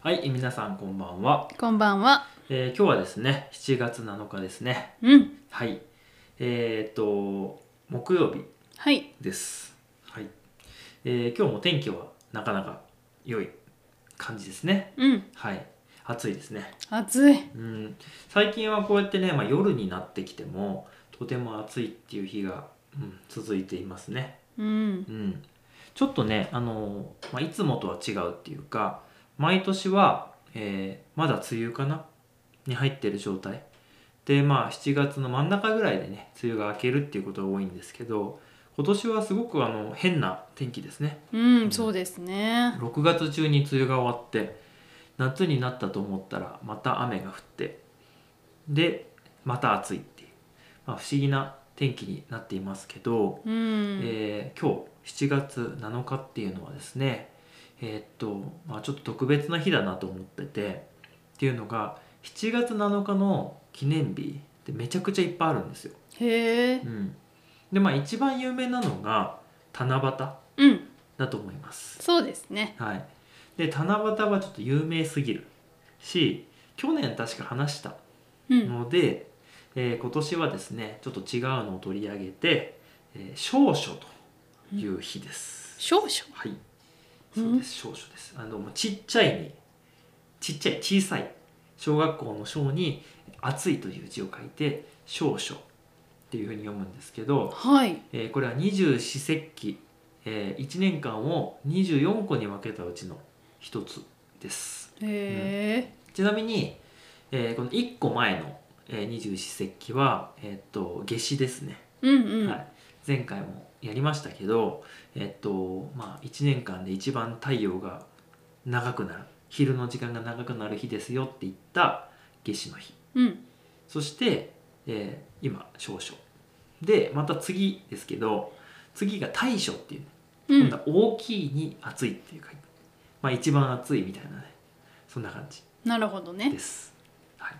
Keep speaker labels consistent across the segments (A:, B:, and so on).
A: はい、え皆さんこんばんは、
B: こんばんは。
A: えー今日はですね、7月7日ですね。
B: うん。
A: はい。えーっと、木曜日
B: はい。
A: です。はい。えー今日も天気はなかなか良い感じですね。
B: うん。
A: はい。暑いですね。
B: 暑い。
A: うん。最近はこうやってね、まあ、夜になってきても、とても暑いっていう日が、うん、続いていますね。
B: うん。
A: うん、ちょっとね、あのまあ、いつもとは違うっていうか毎年は、えーまだ梅雨かなに入ってる状態でまあ7月の真ん中ぐらいでね梅雨が明けるっていうことが多いんですけど今年はすごくあの変な天気ですね
B: うん、そうですね。
A: 6月中に梅雨が終わって夏になったと思ったらまた雨が降ってでまた暑いっていう、まあ、不思議な天気になっていますけど、
B: うん。
A: えー今日7月7日っていうのはですねえーっと、まあ、ちょっと特別な日だなと思っててっていうのが7月7日の記念日ってめちゃくちゃいっぱいあるんですよ。
B: へえ
A: う。ん、でまあ一番有名なのが七夕
B: うん。
A: だと思います。
B: そうですね。
A: はい、で七夕はちょっと有名すぎるし去年確か話した
B: うん。
A: ので、えー今年はですねちょっと違うのを取り上げて「えー、少々」という日です。
B: 少々。
A: はい。
B: う
A: そ
B: ん
A: うです、少々です。あの、もうちっちゃいに、ちっちゃい、小さい、小学校の小に、暑いという字を書いて、少々っていうふうに読むんですけど、
B: はい。
A: えーこれは二十四節気、え1年間を24個に分けたうちの一つです。
B: へえ。
A: ちなみに、えーこの1個前の、えー、二十四節気は、えーっと、夏至ですね。
B: うんう
A: は
B: ん。
A: い、前回もやりましたけど、えっとまあ、1年間で一番太陽が長くなる昼の時間が長くなる日ですよって言った夏至の日
B: うん。
A: そして、えー今少々でまた次ですけど次が大暑っていう、
B: う
A: 今
B: ん。
A: 度は大きいに暑いっていう書いて、まあ、一番暑いみたいなねそんな感じ
B: なるほどね
A: で。す、はい、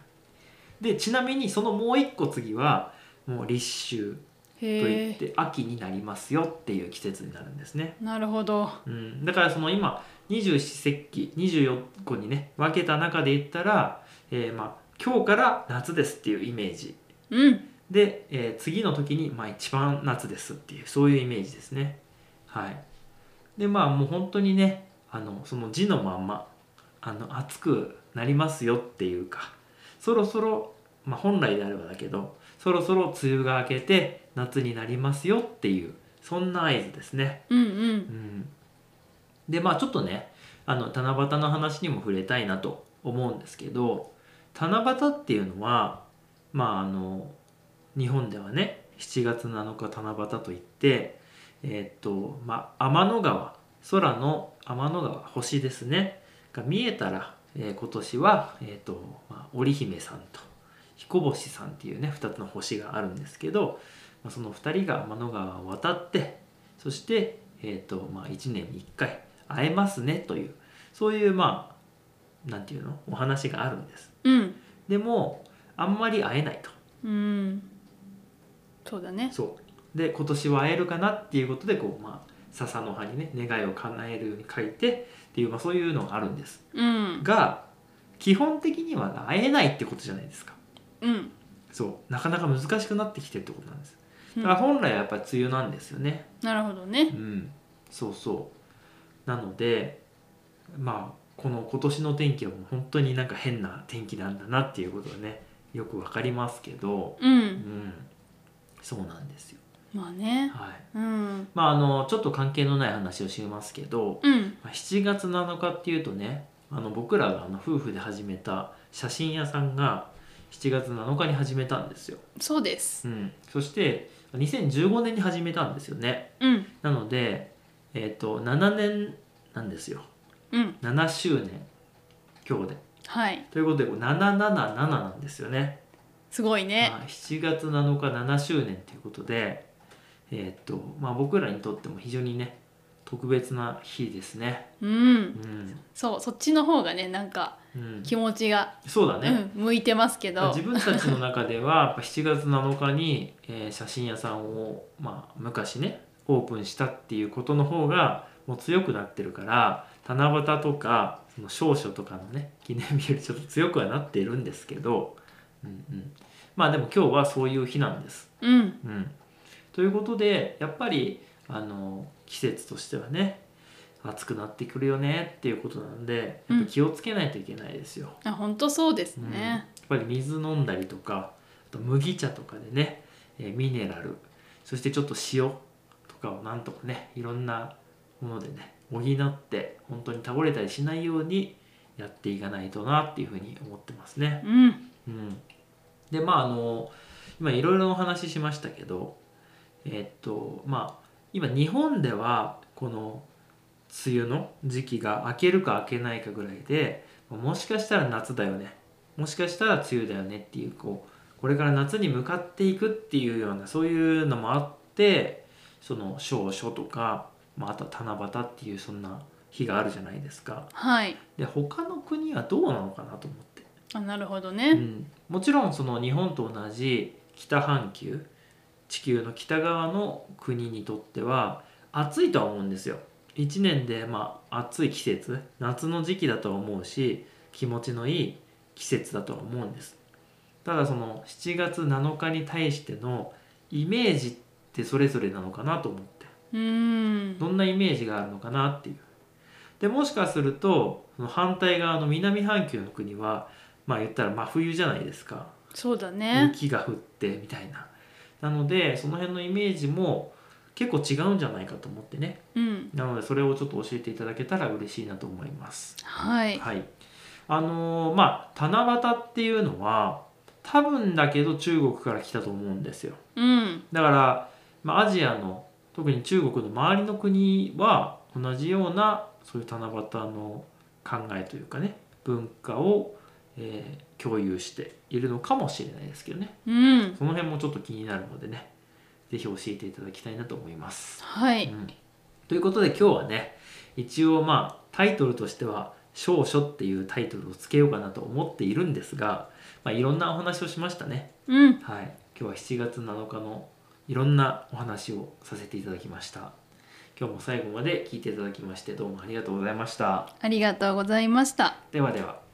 A: でちなみにそのもう一個次はもう立秋と
B: へ
A: いっ
B: え。
A: て秋になりますよっていう季節になるんですね、
B: なるほど。
A: うん、だからその今二十四節気24個にね分けた中で言ったら、えーまあ、今日から夏ですっていうイメージ
B: うん。
A: で、えー次の時に、まあ、一番夏ですっていうそういうイメージですねはいでまあもう本当にねあのその字のまんまあの暑くなりますよっていうかそろそろ、まあ、本来であればだけどそろそろ梅雨が明けて夏になりますよっていうそんな合図ですね
B: うんう。
A: うんんでまあちょっとねあの七夕の話にも触れたいなと思うんですけど七夕っていうのはまああの日本ではね7月7日七夕といってえーっとまあ天の川空の天の川星ですねが見えたら、えー今年は、えーっとまあ、織姫さんと彦星さんっていうね2つの星があるんですけど、まあ、その2人が天の川を渡ってそして、えーとまあ、1年に1回会えますねというそういうまあなんていうのお話があるんです
B: うん。
A: でもあんまり会えないと
B: うん。そうだね。
A: そうで今年は会えるかなっていうことでこうまあ笹の葉にね願いを叶えるように書いてっていう、まあ、そういうのがあるんです
B: うん。
A: が基本的には会えないってことじゃないですか
B: うん。
A: そうなかなか難しくなってきてるってことなんですだ
B: うん
A: から本来はやっぱり梅雨なんですよね、
B: なるほどね。
A: うん、そうそうなのでまあこの今年の天気はもう本当になんか変な天気なんだなっていうことがねよくわかりますけど、
B: う。
A: うんん、そうなんですよ、
B: まあね。
A: はい、
B: うん。
A: まああのちょっと関係のない話をしますけど
B: うん。
A: まあ7月7日っていうとねあの僕らがあの夫婦で始めた写真屋さんが7月7日に始めたんですよ、
B: そうです。
A: うん、そして2015年に始めたんですよね
B: うん。
A: なので、えっと7年なんですよ
B: うん。
A: 7周年今日で
B: はい。
A: ということでこう777なんですよね、
B: すごいね。
A: まあ7月7日7周年ということで、えっとまあ、僕らにとっても非常にね特別な日ですね
B: うん
A: う。ん、
B: そうそっちの方がねなんか
A: うん、
B: 気持ちが、
A: そうだね、
B: うん、向いてますけど
A: 自分たちの中ではやっぱ7月7日に、えー写真屋さんを、まあ、昔ねオープンしたっていうことの方がもう強くなってるから七夕とかその少々とかのね記念日よりちょっと強くはなっているんですけど、うんうん、まあでも今日はそういう日なんです。
B: うん
A: うん、ということでやっぱりあの季節としてはね暑くなってくるよねっていうことなんでやっぱ気をつけないといけないですよ。
B: あ本当そうです
A: うんや
B: ね、
A: っぱり水飲んだりとかあと麦茶とかでね、えーミネラルそしてちょっと塩とかをなんとかねいろんなものでね補って本当に倒れたりしないようにやっていかないとなっていうふうに思ってますね。
B: うん
A: うん、でまああの今いろいろお話ししましたけどえっとまあ今日本ではこの梅雨の時期が明けるか明けないかぐらいでもしかしたら夏だよねもしかしたら梅雨だよねっていうこうこれから夏に向かっていくっていうようなそういうのもあってその少々とか、まあ、あとは七夕っていうそんな日があるじゃないですか。
B: はい
A: で他の国はどうなのかなと思って。
B: あなるほど
A: う
B: ね
A: ん、もちろんその日本と同じ北半球地球の北側の国にとっては暑いとは思うんですよ1年でまあ暑い季節夏の時期だとは思うし気持ちのいい季節だとは思うんですただその7月7日に対してのイメージってそれぞれなのかなと思って
B: うーん
A: どんなイメージがあるのかなっていうでもしかするとその反対側の南半球の国はまあ言ったら真冬じゃないですか
B: そうだね
A: 雪が降ってみたいななのでその辺のイメージも結構違うんじゃないかと思ってね
B: うん
A: なのでそれをちょっと教えていただけたら嬉しいなと思います
B: はい
A: はいあのーまあ七夕っていうのは多分だけど中国から来たと思うんですよ
B: うん
A: だから、まあ、アジアの特に中国の周りの国は同じようなそういう七夕の考えというかね文化を、えー共有しているのかもしれないですけどね
B: うん
A: その辺もちょっと気になるのでね是非教えていただきたいなと思います。
B: は
A: う
B: い
A: んということで今日はね一応まあタイトルとしては「少々」っていうタイトルをつけようかなと思っているんですが、まあ、いろんなお話をしましたね。
B: うん
A: はい、今日は7月7日のいろんなお話をさせていただきました今日も最後まで聞いていただきましてどうもありがとうございました
B: ありがとうございました
A: ではでは